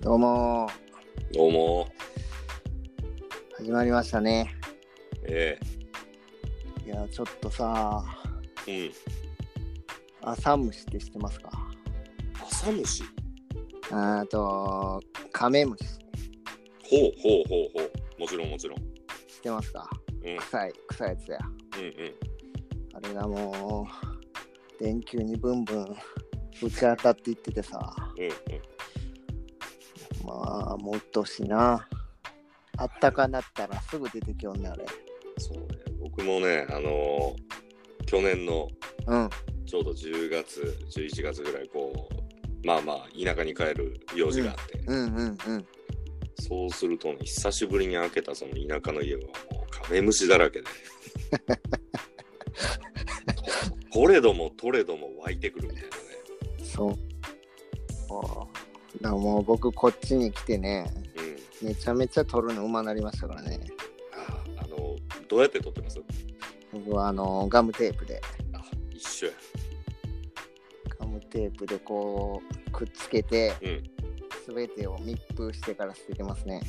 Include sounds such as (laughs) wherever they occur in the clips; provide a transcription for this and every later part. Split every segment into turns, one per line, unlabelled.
どうも
どうも。
始まりましたね
え
いやちょっとさ
え
朝虫って知ってますか
うん。朝虫
あとカメムシ
ほうほうほうほう。もちろんもちろん。
知ってますか
うんうん
臭い臭いやつや
うん。
あれがもう電球にブンブンぶち当たっていっててさ
うんうん。
まあもう鬱陶しいなあったかなったらすぐ出てきよんねあれ
そうね。僕もね、あのー去年の
うん
ちょうど10月、11月ぐらい、こう、まあまあ、田舎に帰る用事があって、
うんうんうん
そうするとね、久しぶりに開けたその田舎の家は、もうカメムシだ
(laughs)
らけで。とれどもとれども湧いてくるみたいなね。
そうだからもう僕こっちに来てね
うん。
めちゃめちゃ取るの馬なりましたからね
あーあの、どうやって撮ってます
僕はあのガムテープで
あ、一緒や。
ガムテープでこうくっつけて、
うん
すべてを密封してから捨ててますね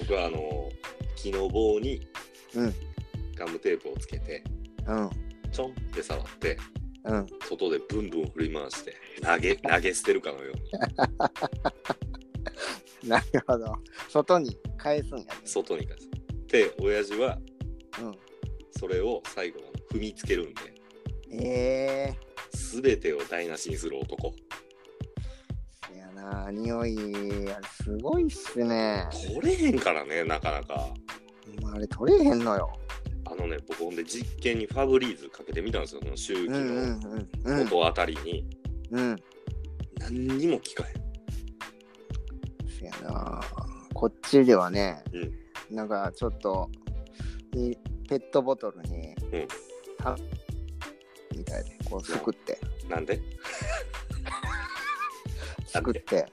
僕はあの木の棒に
うん
ガムテープをつけて、
うん
ちょんって触って
うん (laughs)
外でブンブン振り回して投げ投げ捨てるかのように
なるほど外に返すんやね
外に返す。で親父は
うん
それを最後あの踏みつけるんで
え
全てを台無しにする男
えいやな匂いあれすごいっすね
取れへんからねなかなか
まああれ取れへんのよ
あのね僕ほんで実験にファブリーズかけてみたんですよその周
うん
期
う
の
んうんうん
音あたりに、
うん
何にも聞かへん
せやなこっちではね、
うん
なんかちょっとにペットボトルに、
うん
たみたいでこうすくって
なんで
すくって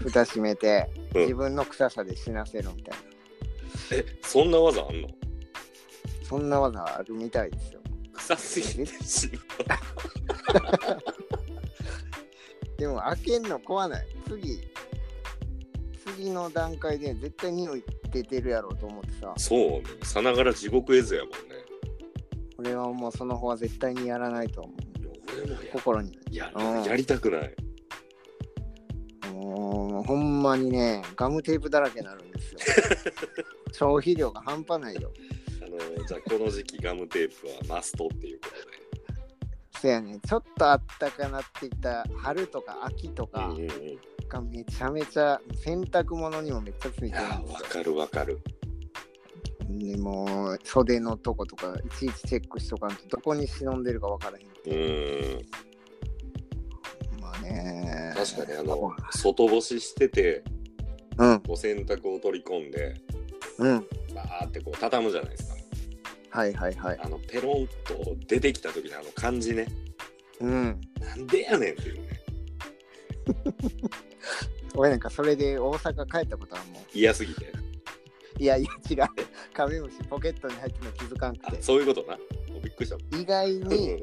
蓋閉めて、
うん
自分の臭さで死なせるみたいな
えそんな技あんの
そんな技あるみたいですよ
臭すぎて死ぬ
でも開けんの怖ない次次の段階で絶対匂い出てるやろうと思ってさ
そうね、さながら地獄絵図やもんね。
俺はもうその方は絶対にやらないと思う
俺もや
心に
や
うん
やりたくない。
もうほんまにね、ガムテープだらけになるんです
(laughs)
よ。消費量が半端ないよ。
あのじゃあこの時期ガムテープはマストっていうこ
せやね、ちょっとあったかなってきた春とか秋とか
とで。うんうんうん、い
がめちゃめちゃ洗濯物にもめっちゃついてるんで
やわかるわかる。
すよ。でもう袖のとことかいちいちチェックしとかんとどこに忍んでるかわからへん。
うーん
まあね。
確かにあの外干ししてて
うん
お洗濯を取り込んで
うん。
バーってこう畳むじゃないですか。
はいはいはい。
あのペロンと出てきた時のあの感じね。
うん。
なんでやねんっていうね。
俺なんかそれで大阪帰ったことはも
嫌すぎて。
う、いやいや違う。カメムシポケットに入ってるの気づかんく
あ
て。
そういうことな。もうびっくりした。
意外
うんうん
に
うん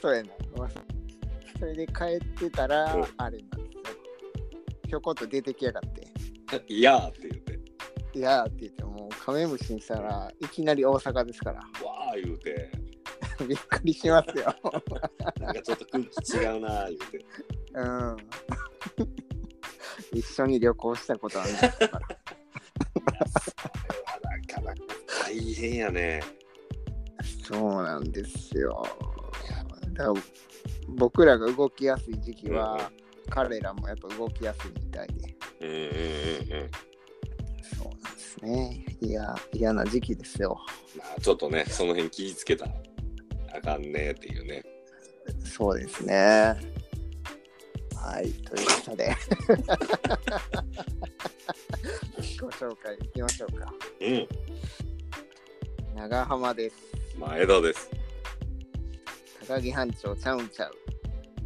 そうやな。それで帰ってたら
うん、
あれなんですよ。ひょこっと出てきやがっ
いやーって言って。
て。いやーって言って、もうカメムシにしたらいきなり大阪ですから。
わー言うて。
びっくりしますよ。
なんかちょっと空気違うなー言うて。
うん。一緒に旅行したことはないですから。
なかなか大変やね。
そうなんですよ。だから僕らが動きやすい時期
うんう
は、彼らもやっぱ動きやすいみたいで。
うんうんうんうん。
そうなんですね。いや、嫌な時期ですよ。
まあちょっとね、その辺気ぃつけたらあかんねっていうね。
そうですね。はい、ということ
(laughs)
で。ご紹介いきましょうか。
うん。
長浜です。
前田です。
高木班長ちゃうんちゃう。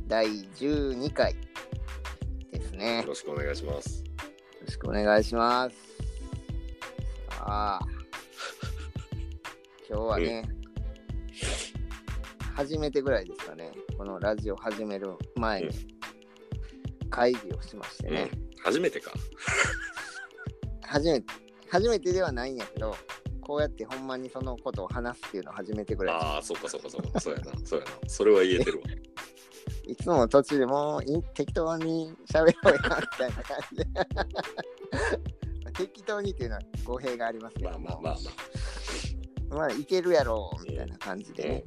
第12回ですね。
よ
よ
ろしくお願いします。
ろしくお願いします。さあ、今日はね、初めてぐらいですかね。このラジオ始める前に会議をしまして
うん
ね、
初めてか。
初めて初めてではないんやけどこうやってほんまにそのことを話すっていうのを初めてぐらい
ああ、そうかそうかそうか。そうやな。そうやな。それは言えてるわ。
いつも途中でもうい適当に喋ろうよみたいな感じで (laughs) 適当にっていうのは語弊がありますけ
(laughs) ま
ど
あ
も
まあまあま
まあいけるやろうみたいな感じでね、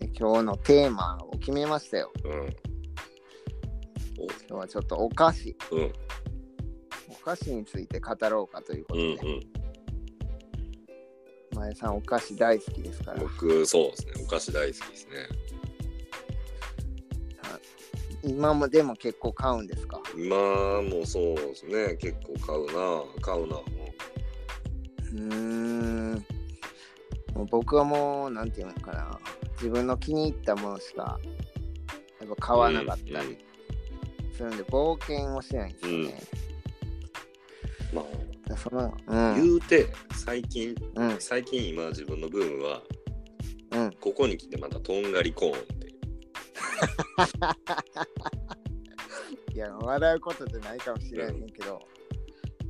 で今日のテーマを決めましたよ
あ。うん。
今日はちょっとお菓子
おうん。
お菓子について語ろうかというこ
う
と
ん
で、
うん。
前さんお菓子大好きですから
僕、そうですね。お菓子大好きですね。
今もでも結構買うんですか
まあ、もうそうですね。結構買うな。買うな。
うーんもう僕はもうなんていうのかな自分の気に入ったものしかやっぱ買わなかったりするんで、冒険をしないんですよね、
まあ、
だからそのうん
言うて、最近、
うん
最近今自分のブームは、
うん
ここに来てまたとんがりコーンっていう。
いや笑うことじゃないかもしれないけど、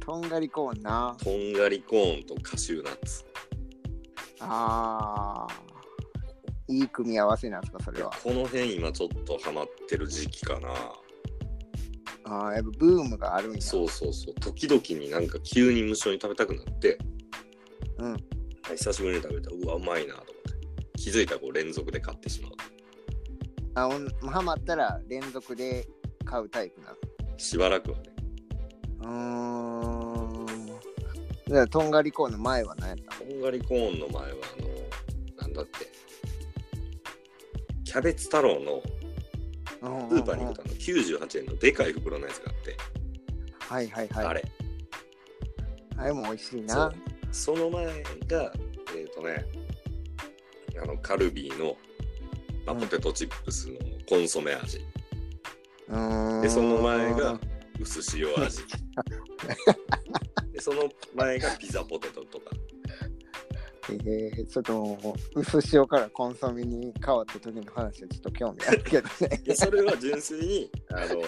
とんがりコーンな
とんがりコーンとカシューナッツ。
あーいい組み合わせなんですかそ
い
れ
や
は
この辺今ちょっとハマってる時期かな。
あーやっぱブームがあるんや
そうそうそう。時々になんか急に無性に食べたくなって、
うん
久しぶりに食べたら、うわ、うまいなと思って。気づいたらこう連続で買ってしまう。
あおんハマったら連続で買うタイプな
しばらくはね。
のうーんじゃあとんがりコーンの前は何やった
とんがりコーンの前は、あの、なんだって、キャベツ太郎の
ス
スーパーに行くとあの98円のでかい袋のやつがあって、
はいはいはい。
あれ。
あれも美味しい
そ
な
う。その前が、えっ、とね、あの、カルビーの、まあ、
うん
ポテトチップスのコンソメ味。
うーん
で、その前が、薄塩味。 (laughs) で、その前がピザポテトとか。
えー、ちょっともう、薄塩からコンソメに変わった時の話はちょっと興味あるけどね。
で、それは純粋に、あの、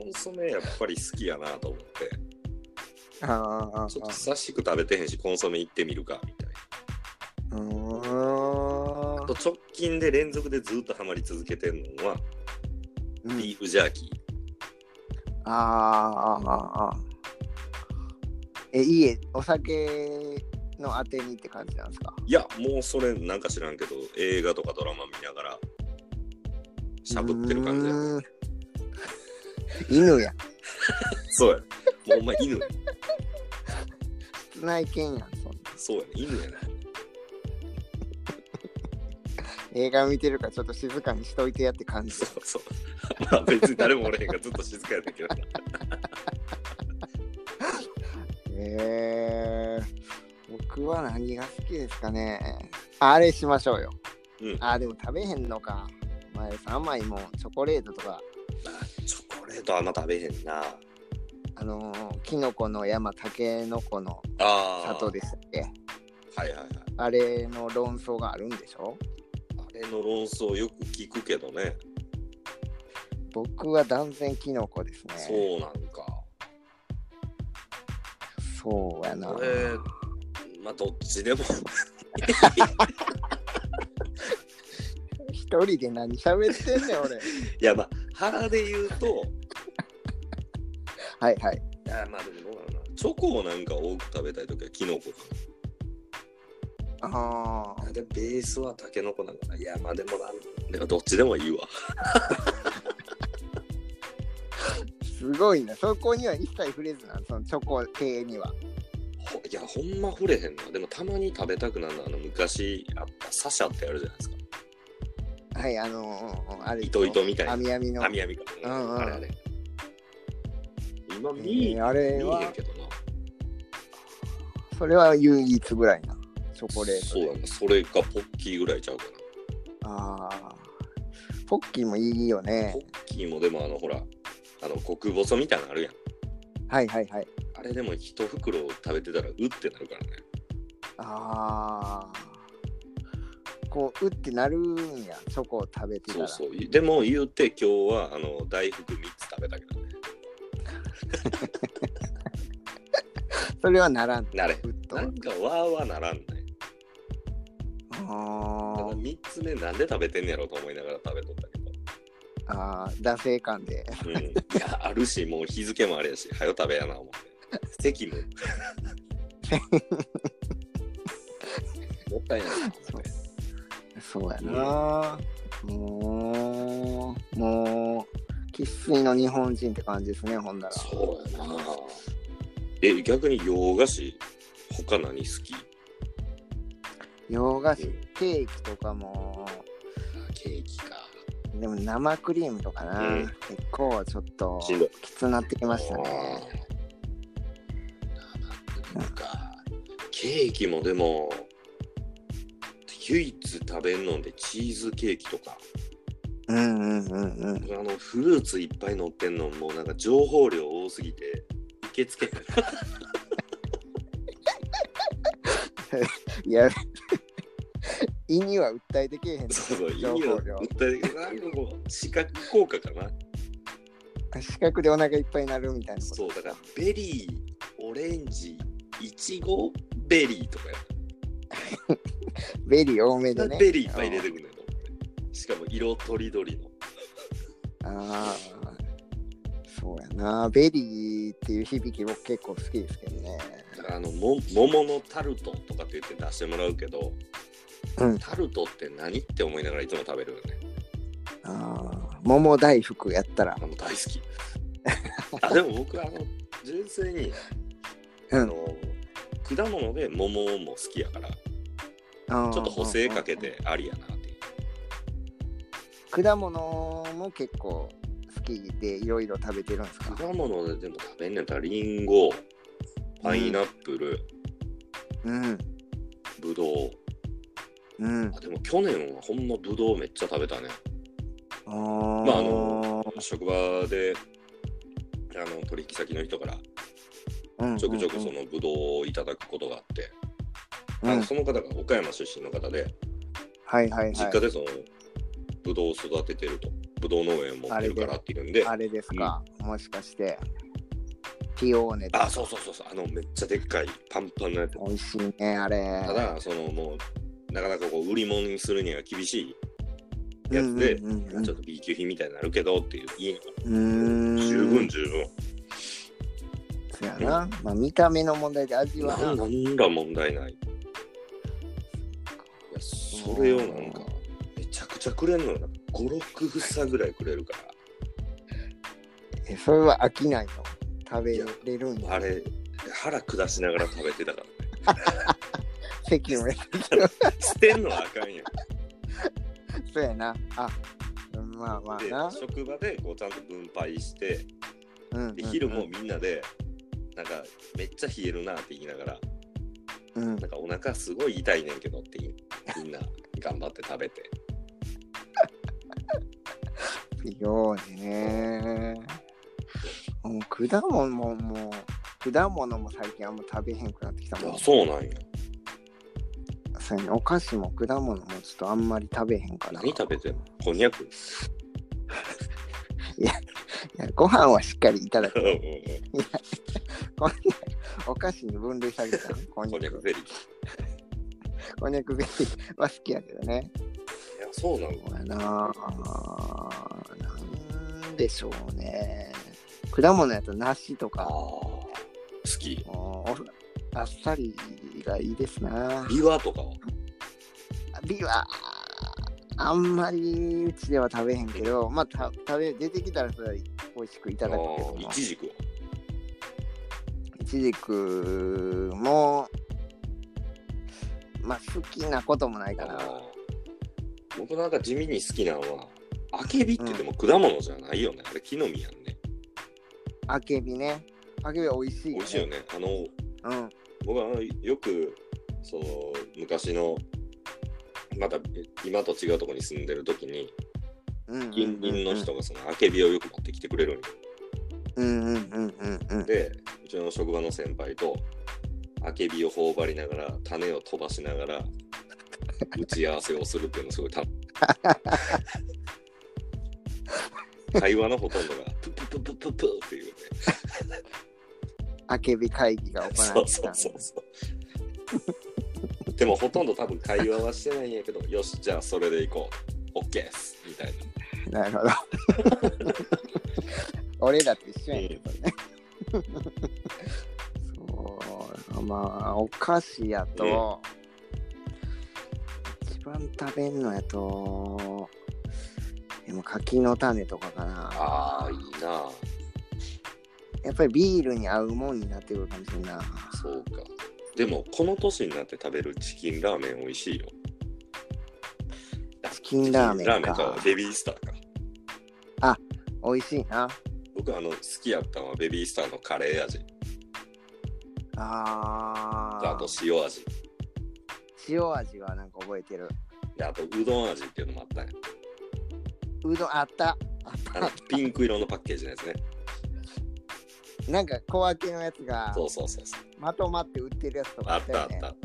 コンソメやっぱり好きやなと思って。
あーあ
ちょっと
ー、
久しく食べてへんし、コンソメ行ってみるか、みたいな。
うー
あと、直近で連続でずっとハマり続けてるのは、
ん。うん
ビーフジャーキ
あーあー、あーあー。え、いいえ、お酒のあてにって感じなんですか
ー。いや、もうそれなんか知らんけど、映画とかドラマ見ながら、しゃぶってる感じや。
うーん犬や。
そうや。もうお前犬や。
室内犬やん、そんな。
そうやね。犬やね。
映画見てるからちょっと静かにしといてやって感じ
そ。うそう。 (laughs) まあ別に誰もおれへんからずっと静かやったけど。
えー、僕は何が好きですかねあれしましょうよ。
うん
あ、でも食べへんのか。前田さん甘いもん、チョコレートとか、
チョコレートあんま食べへんな。
あのー、キノコの山、タケノコの
ああ。
里でしたっけ
はいはいはい。
あれの論争があるんでしょ
あれの論争よく聞くけどね。
僕は断然キノコですね。
そうなんか。
そうやな
こ。れ、まあどっちでも。 (laughs)
一人で何喋ってんねん、
(laughs)
俺。
いやまあ腹で言うと
はいはい。
いやまあでもどうだろうなチョコをなんか多く食べたい時はキノコか
あ
なでベースはタケノコなんかないやまあでもなんでもどっちでもいいわ
ーすごいな。そこには一切触れずな、そのチョコ系には。
ほいやほんま触れへんなでもたまに食べたくなるのはあの昔あったサシャってあるじゃないですか
はい、あのー、あれ。
糸糸みたいな
網網の。
あみあみか、
うんうん
あれあれ今
え
見え、
ーあれ
見えへ
は
ん、けどな
それは唯一ぐらいな、チョコレート
そ
で。
うやなそれかポッキーぐらいちゃうか
ああ。ポッキーもいいよ
な
ね
ポ。ッキーもでもあのほらあの極細みたいなのあるやん
はいはいはい。
あれでも一袋食べてたらうってなるからね
ああ。こううってなるんやチョコを食べてた
そ
ら
うそうでも言うて今日はあの大福3つ食べたけどね
それはならん
なれ
うっと
なんかわーわーならんね
あ
ただ3つ目なんで食べてんねやろと思いながら食べとったけど
ーあー惰性感で
(laughs) うんいや、あるし、もう日付もあれやし、早食べやな、思って。責務。 (laughs) もったいないな。思って
そうやな、もうもう生っ粋の日本人って感じですねほんなら
そうやな。え、逆に洋菓子、他何好き
洋菓子ケーキとかも
ケーキか。
でも生クリームとかな、
うん
結構ちょっと
しんどい。
きつなってきましたね
あーなんか、ケーキもでも、唯一食べんのんでチーズケーキとか、
うんうんうんうん
あのフルーツいっぱい乗ってんのもうなんか情報量多すぎて、受け
(laughs)
付けへん
いや (laughs) 胃には訴えてけえへん
そうそう、意味
情報
を
量
訴えてなんかこう、視覚効果かな。
視覚でお腹いっぱいになるみたいなこと
そう、だから、ベリー、オレンジ、いちご、ベリーとかや。
ベリー多めでね
ベリーいっぱい出てくるのよと思って。しかも、色とりどりの。
ああそうやなベリーっていう響き僕結構好きですけどね
だからあのも、桃のタルトとかって言って出してもらうけど、
うん
タルトって何って思いながらいつも食べるよね。
ああ桃大福やったら
あの、大
(laughs)
好き。あでも僕、あの、純粋に、
うん
あの、果物で桃も好きやから、ち
ちょ
ょっと補正かけてありやなっていう。
果物も結構好きでいろいろ食べてるんですか
果物ででも食べんねんやったらリンゴパイナップル、
うん
ブドウ
うん
あでも去年はほんまブドウめっちゃ食べたね
あ
ま
ま
ああの職場であの取引先の人からちょくちょくそのブドウをいただくことがあって、あのその方が岡山出身の方で
はいはい
実家
は
でそのブドウを育ててるとブドウ農園を持ってるからっていうんで
いあれですかもしかしてピオーネと
あ
か
そうそうそうそうあのめっちゃでっかいパンパンなやつ
美味しいねあれ
ただそのもうなかなかこう売り物にするには厳しいやつで、
うんうんうんうん
ちょっと B 級品みたいになるけどっていう、いいのか
うーん
な十分十分。
そうやな、まあ、見た目の問題で味は
な
な
なんら問題ない。いや、それをなんか、めちゃくちゃくれるのよ。5、6房ぐらいくれるか
えそれは飽きないの食べれるん
ら、
や
あれ、腹下しながら食べてたか
席のや
ら、捨てんのはあかんやん。
つ (laughs) そうやなあまあまあ
で
な、
職場でこうちゃんと分配して、
うんうんうん
で昼もみんなで、なんか、めっちゃ冷えるなって言いながら、
うん
なんかお腹すごい痛いねんけどって言うみんな頑張って食
(laughs)
べて。
ようねもう果物ももう果物も最近あんま食べへんくなってきたもん
そうなんや。
そうやねお菓子も果物もちょっとあんまり食べへんから
何食べてんのこんに
(laughs)
ゃく
いやご飯はしっかりいただく
うんう
こ
ん
んにゃくお菓子に分類されてたのこん
(laughs) こ
に
んに
ゃ
ゃく
く
ゼリー。い
こんにゃくゼリーは好きやけどね
や、そうなの。
そうやなあなんでしょうね果物やと梨と
ああ。
か
好き。
もうあっさりがいいですな
ビワとかは
ビワあんまりうちでは食べへんけどまあた食べ出てきたらそれは美味しくいただくけども
ああ、いちじくは
イチジクもまあ好きなこともないか
あ
な
あ僕なんか地味に好きなのは、あけびってでも果物じゃないよね。あれ木の実やんね。
あけびねあけび美味しい
美味しいよね。あの、
うん
僕はよく、その、昔の、また今と違うところに住んでる時に、
うんうん
近隣の人がそのあけびをよく持ってきてくれるんよ
うんうんうんうんうん
でうちの職場の先輩とあけびを頬張りながら種を飛ばしながら打ち合わせをするっていうのすごい
(laughs)
楽会話のほとんどがププププププっていうね。
あけび会議が行われてた
そ
ん
う
です
そうそうそう。でもほとんど多分会話はしてないんやけど、よし、じゃあそれでいこう。OK です。みたいな。
なるほど。 (laughs) 俺らと一緒やね、そう、まあ、お菓子やと、一番食べんのやと、でも柿の種とかかな。
ああ、いいな。
やっぱりビールに合うもんになってくるかもしれんな。
そうか。でも、この年になって食べるチキンラーメン美味しいよ。
チキンラーメンか
チキラーメンか。ベビースターか。
美味しいな。
僕、あの、好きやったのはベビースターのカレー味
あ
と、あと
ー。
塩味。
塩味はなんか覚えてる。
で、あと、うどん味っていうのもあったんや
うどんあった。(laughs)
あの、ピンク色のパッケージのやつね。
なんか小分けのやつが
そうそうそうそう。
まとまって売ってるやつとか
あ
あ
っ
った
たあ
よ
っ
ね
たあ。っ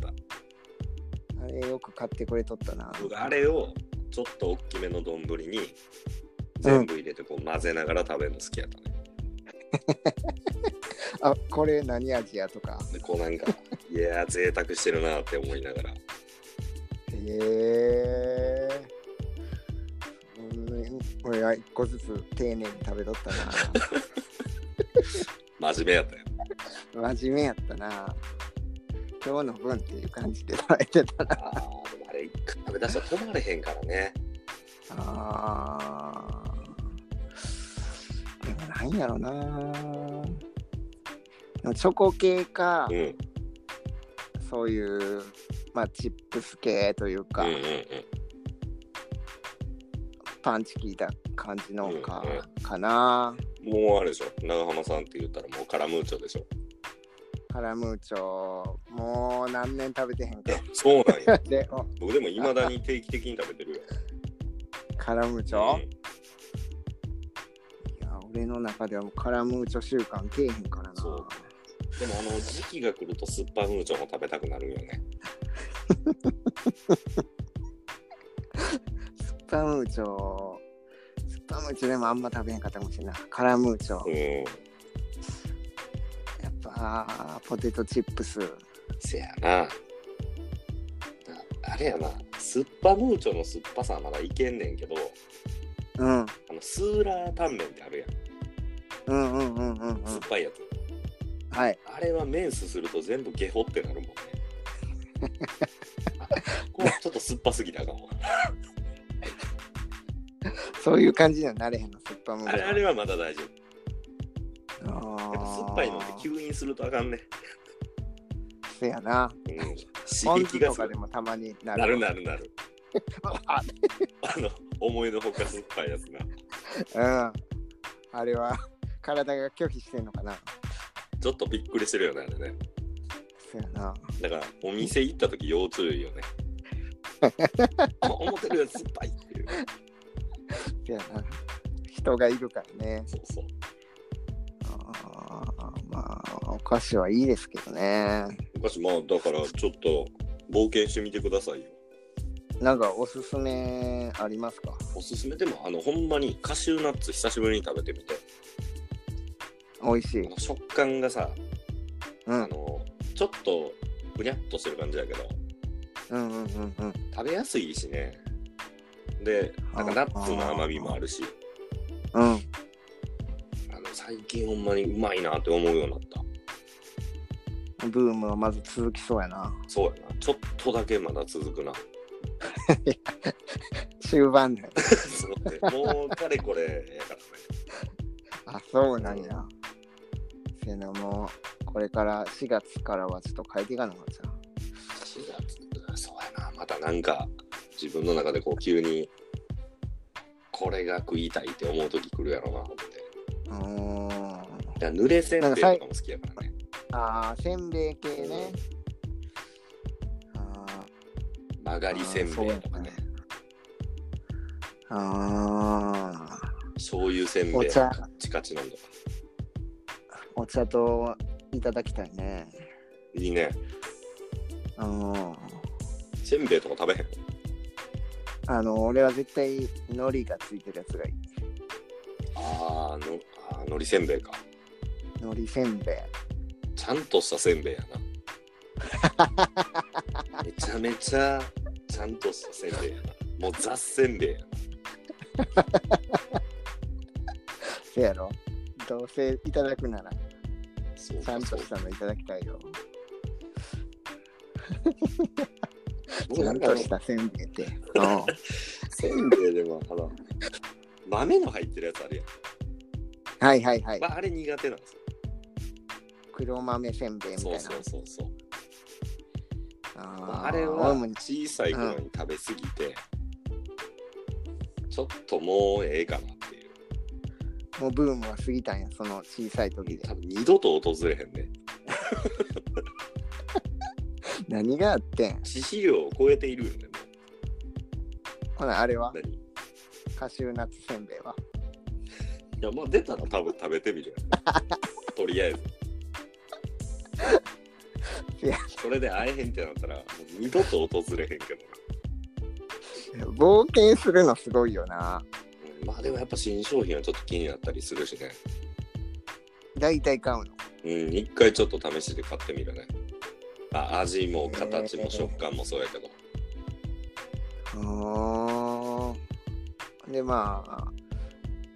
た。
あれよく買ってくれとったな。
僕あれをちょっと大きめの丼に全部入れてこう混ぜながら食べるの好きやったね。
あこれ何味やとか。
でこうなん (laughs) かいやー贅沢してるなって思いながら
へえー。俺は一個ずつ丁寧に食べとった
真面目やったよ。
な。真面目やったな。今日の分っていう感じで食べてたな。
ああでもあれ一回食べ出したら止まれへんからね。
あーでもなんやろな。でもチョコ系か
うん、うん
そういう、まあ、チップス系というか、
うんうん
パンチ効いた感じのか,、
うんう
かな。
もうあれでしょ長浜さんって言ったらもうカラムーチョでしょ。
カラムーチョもう何年食べてへんか
えそうなん (laughs) や。
でお
僕でもいまだに定期的に食べてるよ。
カラムーチョ、いや俺の中ではもうカラムーチョ習慣けえへんからな
そううんでもあの時期が来ると酸っぱムーチョも食べたくなるよね。
スパムーチョスパムーチョでもあんま食べへんかったかもしれんないカラムーチョ、
うん。
やっぱポテトチップス
せやな。なあれやな、酸っぱムーチョの酸っぱさはまだいけんねんけど、
うん
あのスーラータンメンってある
う
やん、
んうんうんうんうん
酸っぱいやつ。
はい
あれは麺すすると全部ゲホってな
(laughs)
るもんね。あこれちょっと酸っぱすぎたかも。
そういう感じにはなれへんのスパムーチ
あ
ョ
れあれはまだ大丈夫。
あ
やっぱ酸っぱいのって
ー
吸引するとあかんね。
せやな
うん、
ポ
刺
ン
激
酢
が
と
す
か
る
で。もたまにな
な
る
るなるなる。
あ
あの、思いのほか酸っぱいやつな。
(laughs) うんあれは体が拒否してんのかな
ちょっとびっくりしてるよね、あれね。
そうやな。
だからお店行った時要注意よ
(laughs)
ね。あ思ってるより酸っぱいっていう。
そうやな。人がいるからね。
そうそう。
あーまあ、お菓子はいいですけどね。
昔まあだからちょっと冒険してみてくださいよ。
なんかおすすめありますか
おすすめでもあのほんまにカシューナッツ久しぶりに食べてみて。
美味し
あ
い。
の食感がさ、
う
あ
ん。
のちょっとぐにゃっとしてる感じだけど
うんうんうんうん。
食べやすいしね。でなんかナッツの甘みもあるし、
うん。
あの最近ほんまにうまいなって思うようになった。
ブームはまず続きそうやな。
そうやな。ちょっとだけまだ続くな。 (laughs)
終盤で。
そうねもうかれこれやからね。
あ、そうなんや。せやなもう、これから4月からはちょっと変えていかなかった。
4月そうやなまたなんか自分の中でこう急にこれが食いたいって思う時来るやろうなって
うーん。
いや濡れせんべいとかも好きやからね
あー、せんべい系ね。あー
曲がりせんべいとかね
あーそうやああ、
醤油せんべい
お
カ
茶
ッチカチ飲んとか
お茶といただきたいね。
いいね
うん。
せんべいとか食べへん
あの、俺は絶対、海苔がついてるやつがいい。
あーのあー海苔せんべいか
海苔せんべい。
ちゃんとしたせんべいやなめちゃめちゃちゃんとしたせんべいやなもうザせんべいやな
せやろどうせいただくなら、
そう
ちゃ
か
ん
そ
と
う
したのいただきたいよ。
僕
ち
な
ゃん
んか
としたせんべいって。
せんべいでもあの豆の入ってるやつあるやん、
うんはいはいはい。
まあ、あれ苦手なんですよ
黒豆せんべいみたい
そ
な。
うそうそうそう
あ
あ
ー
れは
俺も
小さい頃に食べ過ぎて、ちょっともうええかなっていう
もうブームは過ぎたんや、その小さい時で
多。分二度と訪れへんね
何があってん
致死量を超えているよね
ほな、あれ
も
は
う何い
カシューナッツせんべいは。
やまあ出たら多分食べてみるやん (laughs) とりあえず
いや
それで会えへんってなったらもう二度と訪れへんけどな
冒険するのすごいよな。
うんまあでもやっぱ新商品はちょっと気になったりするしね
大体買うの。
うん、一回ちょっと試しで買ってみるね。あ味も形も食感もそうやけど。
あーでまあ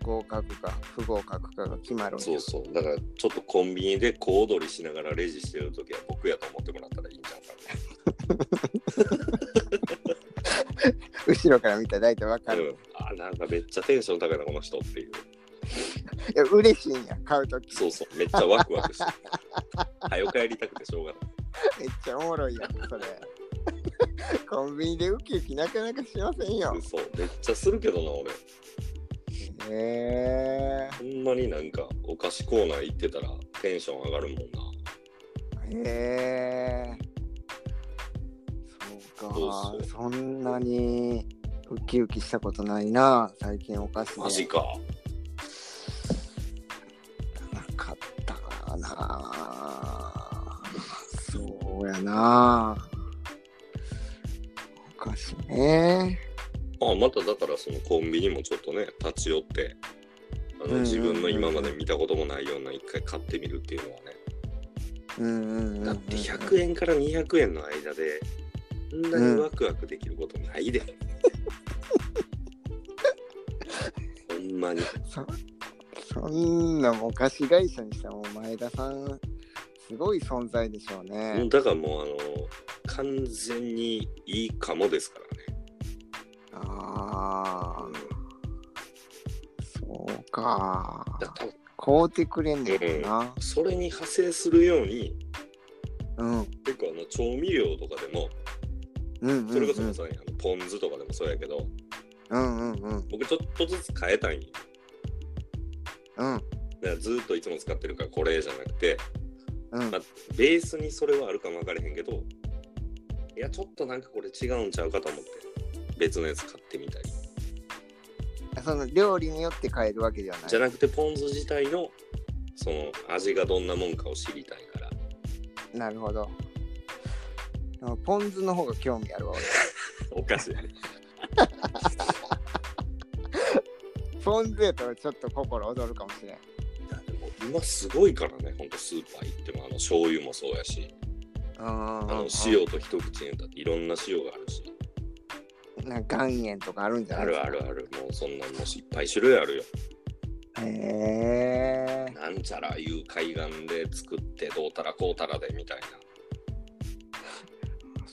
合格か不合格かが決まるんや
そうそう。だからちょっとコンビニで小躍りしながらレジしてるときは僕やと思ってもらったらいいんじゃんかな。
後ろから見たら大体わか
う
る、
ん、あなんかめっちゃテンション高いなこの人ってい
い
う。
や嬉しいんや買うとき
そうそう。めっちゃワクワク (laughs) してる。早く帰りたくてしょうがない。
めっちゃおもろいやんそれ (laughs) コンビニでウキウキなかなかしませんよ
そう。めっちゃするけどな俺。
へえ
ほんまになんかお菓子コーナー行ってたらテンション上がるもんな。
へえそうか
そうそう
そんなにウキウキしたことないな最近お菓子で
マジか。
なかったかなそうやなおかしいね
あまただからそのコンビニもちょっとね立ち寄ってあ
うんうんうんう
の
ん
自分の今まで見たこともないような一回買ってみるっていうのはね、
うんうんうんうん
だって100円から200円の間でこんなにワクワクできることないで、ほんまに
そそんなもうお菓子会社にしたらもう前田さんすごい存在でしょう
も
ね
う、だからもうあの完全にいいかもですからね
ああそうか
だから多分
買うてくれんねんな
それに派生するように
うんうん
結構あの調味料とかでも
うん
それこそ
う
ま
ん
さにあのポン酢とかでもそうやけど
うんうんうん
僕ちょっとずつ変えたいんよ
うん
だからずーっといつも使ってるからこれじゃなくて、
うん
まあ、ベースにそれはあるかも分からへんけどいやちょっとなんかこれ違うんちゃうかと思って別のやつ買ってみたり
その料理によって変えるわけではない
じゃなくてポン酢自体のその味がどんなもんかを知りたいから
なるほど。でもポン酢の方が興味あるわ、
お菓子やね
俺。ポン酢やったらちょっと心躍るかもしれん。
いやでも今すごいからねほんとスーパー行ってもあの醤油もそうやし
あ
あの。塩と一口に入れたっていろんな塩があるし
なんか岩塩とかあるんじゃな
あ
い
るあるあるもうそんなんもしいっぱい種類あるよ
へえ。
なんちゃらいう海岸で作ってどうたらこうたらでみたいな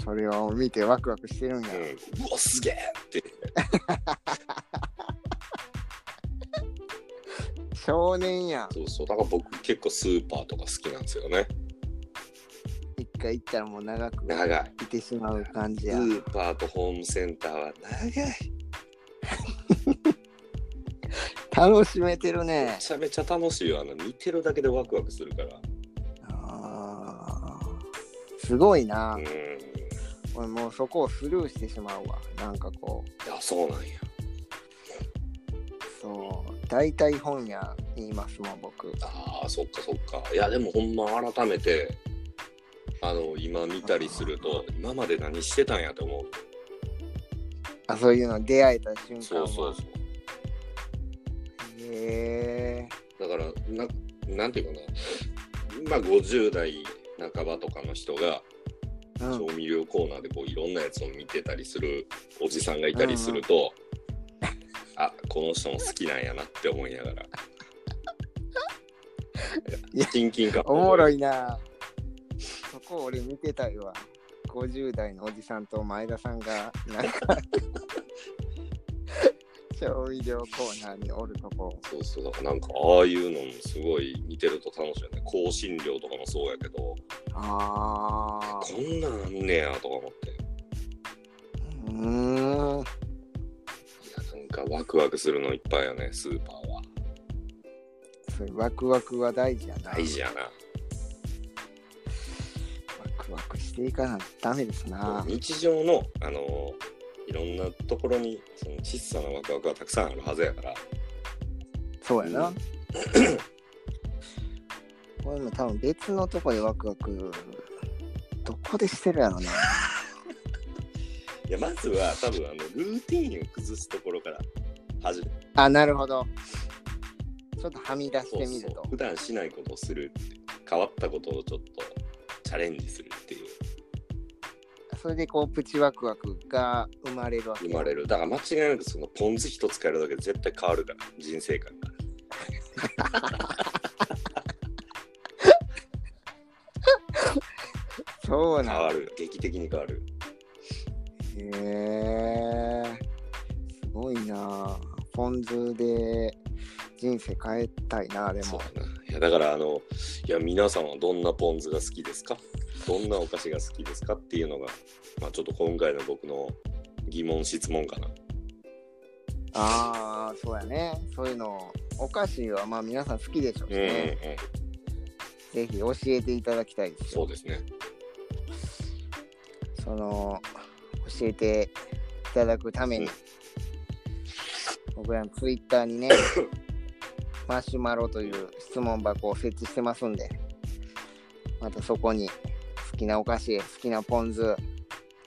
それを見てワクワクしてるんや。
うん、うわすげえって
少年やん。
そうそうだから僕結構スーパーとか好きなんですよね
一回行ったらもう長く
長い
いてしまう感じ
ス
や。
ーパーとホームセンターは長い
楽しめてるね
め。ちゃめちゃ楽しいよあの見てるだけでワクワクするから
あーすごいな
うん。い
俺もうそこをスルーしてしまうわ。なんかこう。
やそうなんや
そう、大体本屋にいますもん、僕。
あーそっかそっかいやでもほんま改めてあの今見たりすると今まで何してたんやと思う
あ、そういうの出会えた瞬間
そ
は。
うそうそう
へえ。
だからななんていうかなまあ50代半ばとかの人が
うん
調味料コーナーでこういろんなやつを見てたりするおじさんがいたりすると、あこの人も好きなんやなって思いながら
いや
親近感
おもろいな。そこ俺見てたいわ。50代のおじさんと前田さんが、なんか、調味料コーナーにおるとこ。
そうそうだからなんかああいうのもすごい見てると楽しいよね香辛料とかもそうやけど
ああ。
こんなんあんねやとか思って
うーん。
いやなんかワクワクするのいっぱいやねスーパーは
そういうワクワクは大事やな。
大事やな
ワクワクしていかないとダメですな。
日常の、あのーいろんなところにその小さなワクワクはたくさんあるはずやから
そうやな。これも多分別のとこでワクワク、どこでしてるやろな。
いやまずは多分あのルーティンを崩すところから始め
あ、なるほど。ちょっとはみ出してみる
そう
と
そう。普段しないことをするって変わったことをちょっとチャレンジするっていう
それでこう、プチワクワクが生まれるわけ。
生まれるだから間違いなくそのポン酢一つ変えるだけで絶対変わるから人生観が
そう
変
なん
わる劇的に変わる
へえ。すごいな。ポン酢で人生変えたいな、で
そ
も。
うやないやだからあのいや皆さんはどんなポン酢が好きですかどんなお菓子が好きですかっていうのが、まあ、ちょっと今回の僕の疑問質問かな
ああ、そうやね。そういうの、お菓子はまあ皆さん好きでしょうし
うんうんう
ね。
ん
ぜひ教えていただきたいです
そう
よ。
ですね
その、教えていただくために、
うん
僕らのツイッターに
(coughs)
ね、マシュマロという質問箱を設置してますんで、またそこに好きなお菓子、好きなポン酢、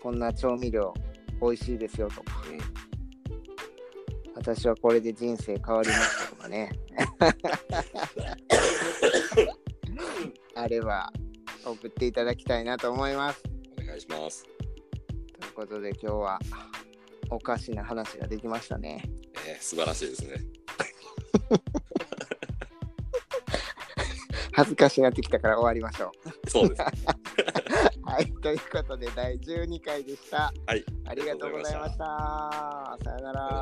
こんな調味料美味しいですよとか、
うん
私はこれで人生変わりましたとかね。
(laughs)
あれば送っていただきたいなと思います。
お願いします
ということで今日はおかしな話ができましたね。
えー素晴らしいですね
恥ずかしくなってきたから終わりましょ
そうですね
う。 (laughs) はい、ということで第12回でした。
はい
ありがとうございました。さよなら。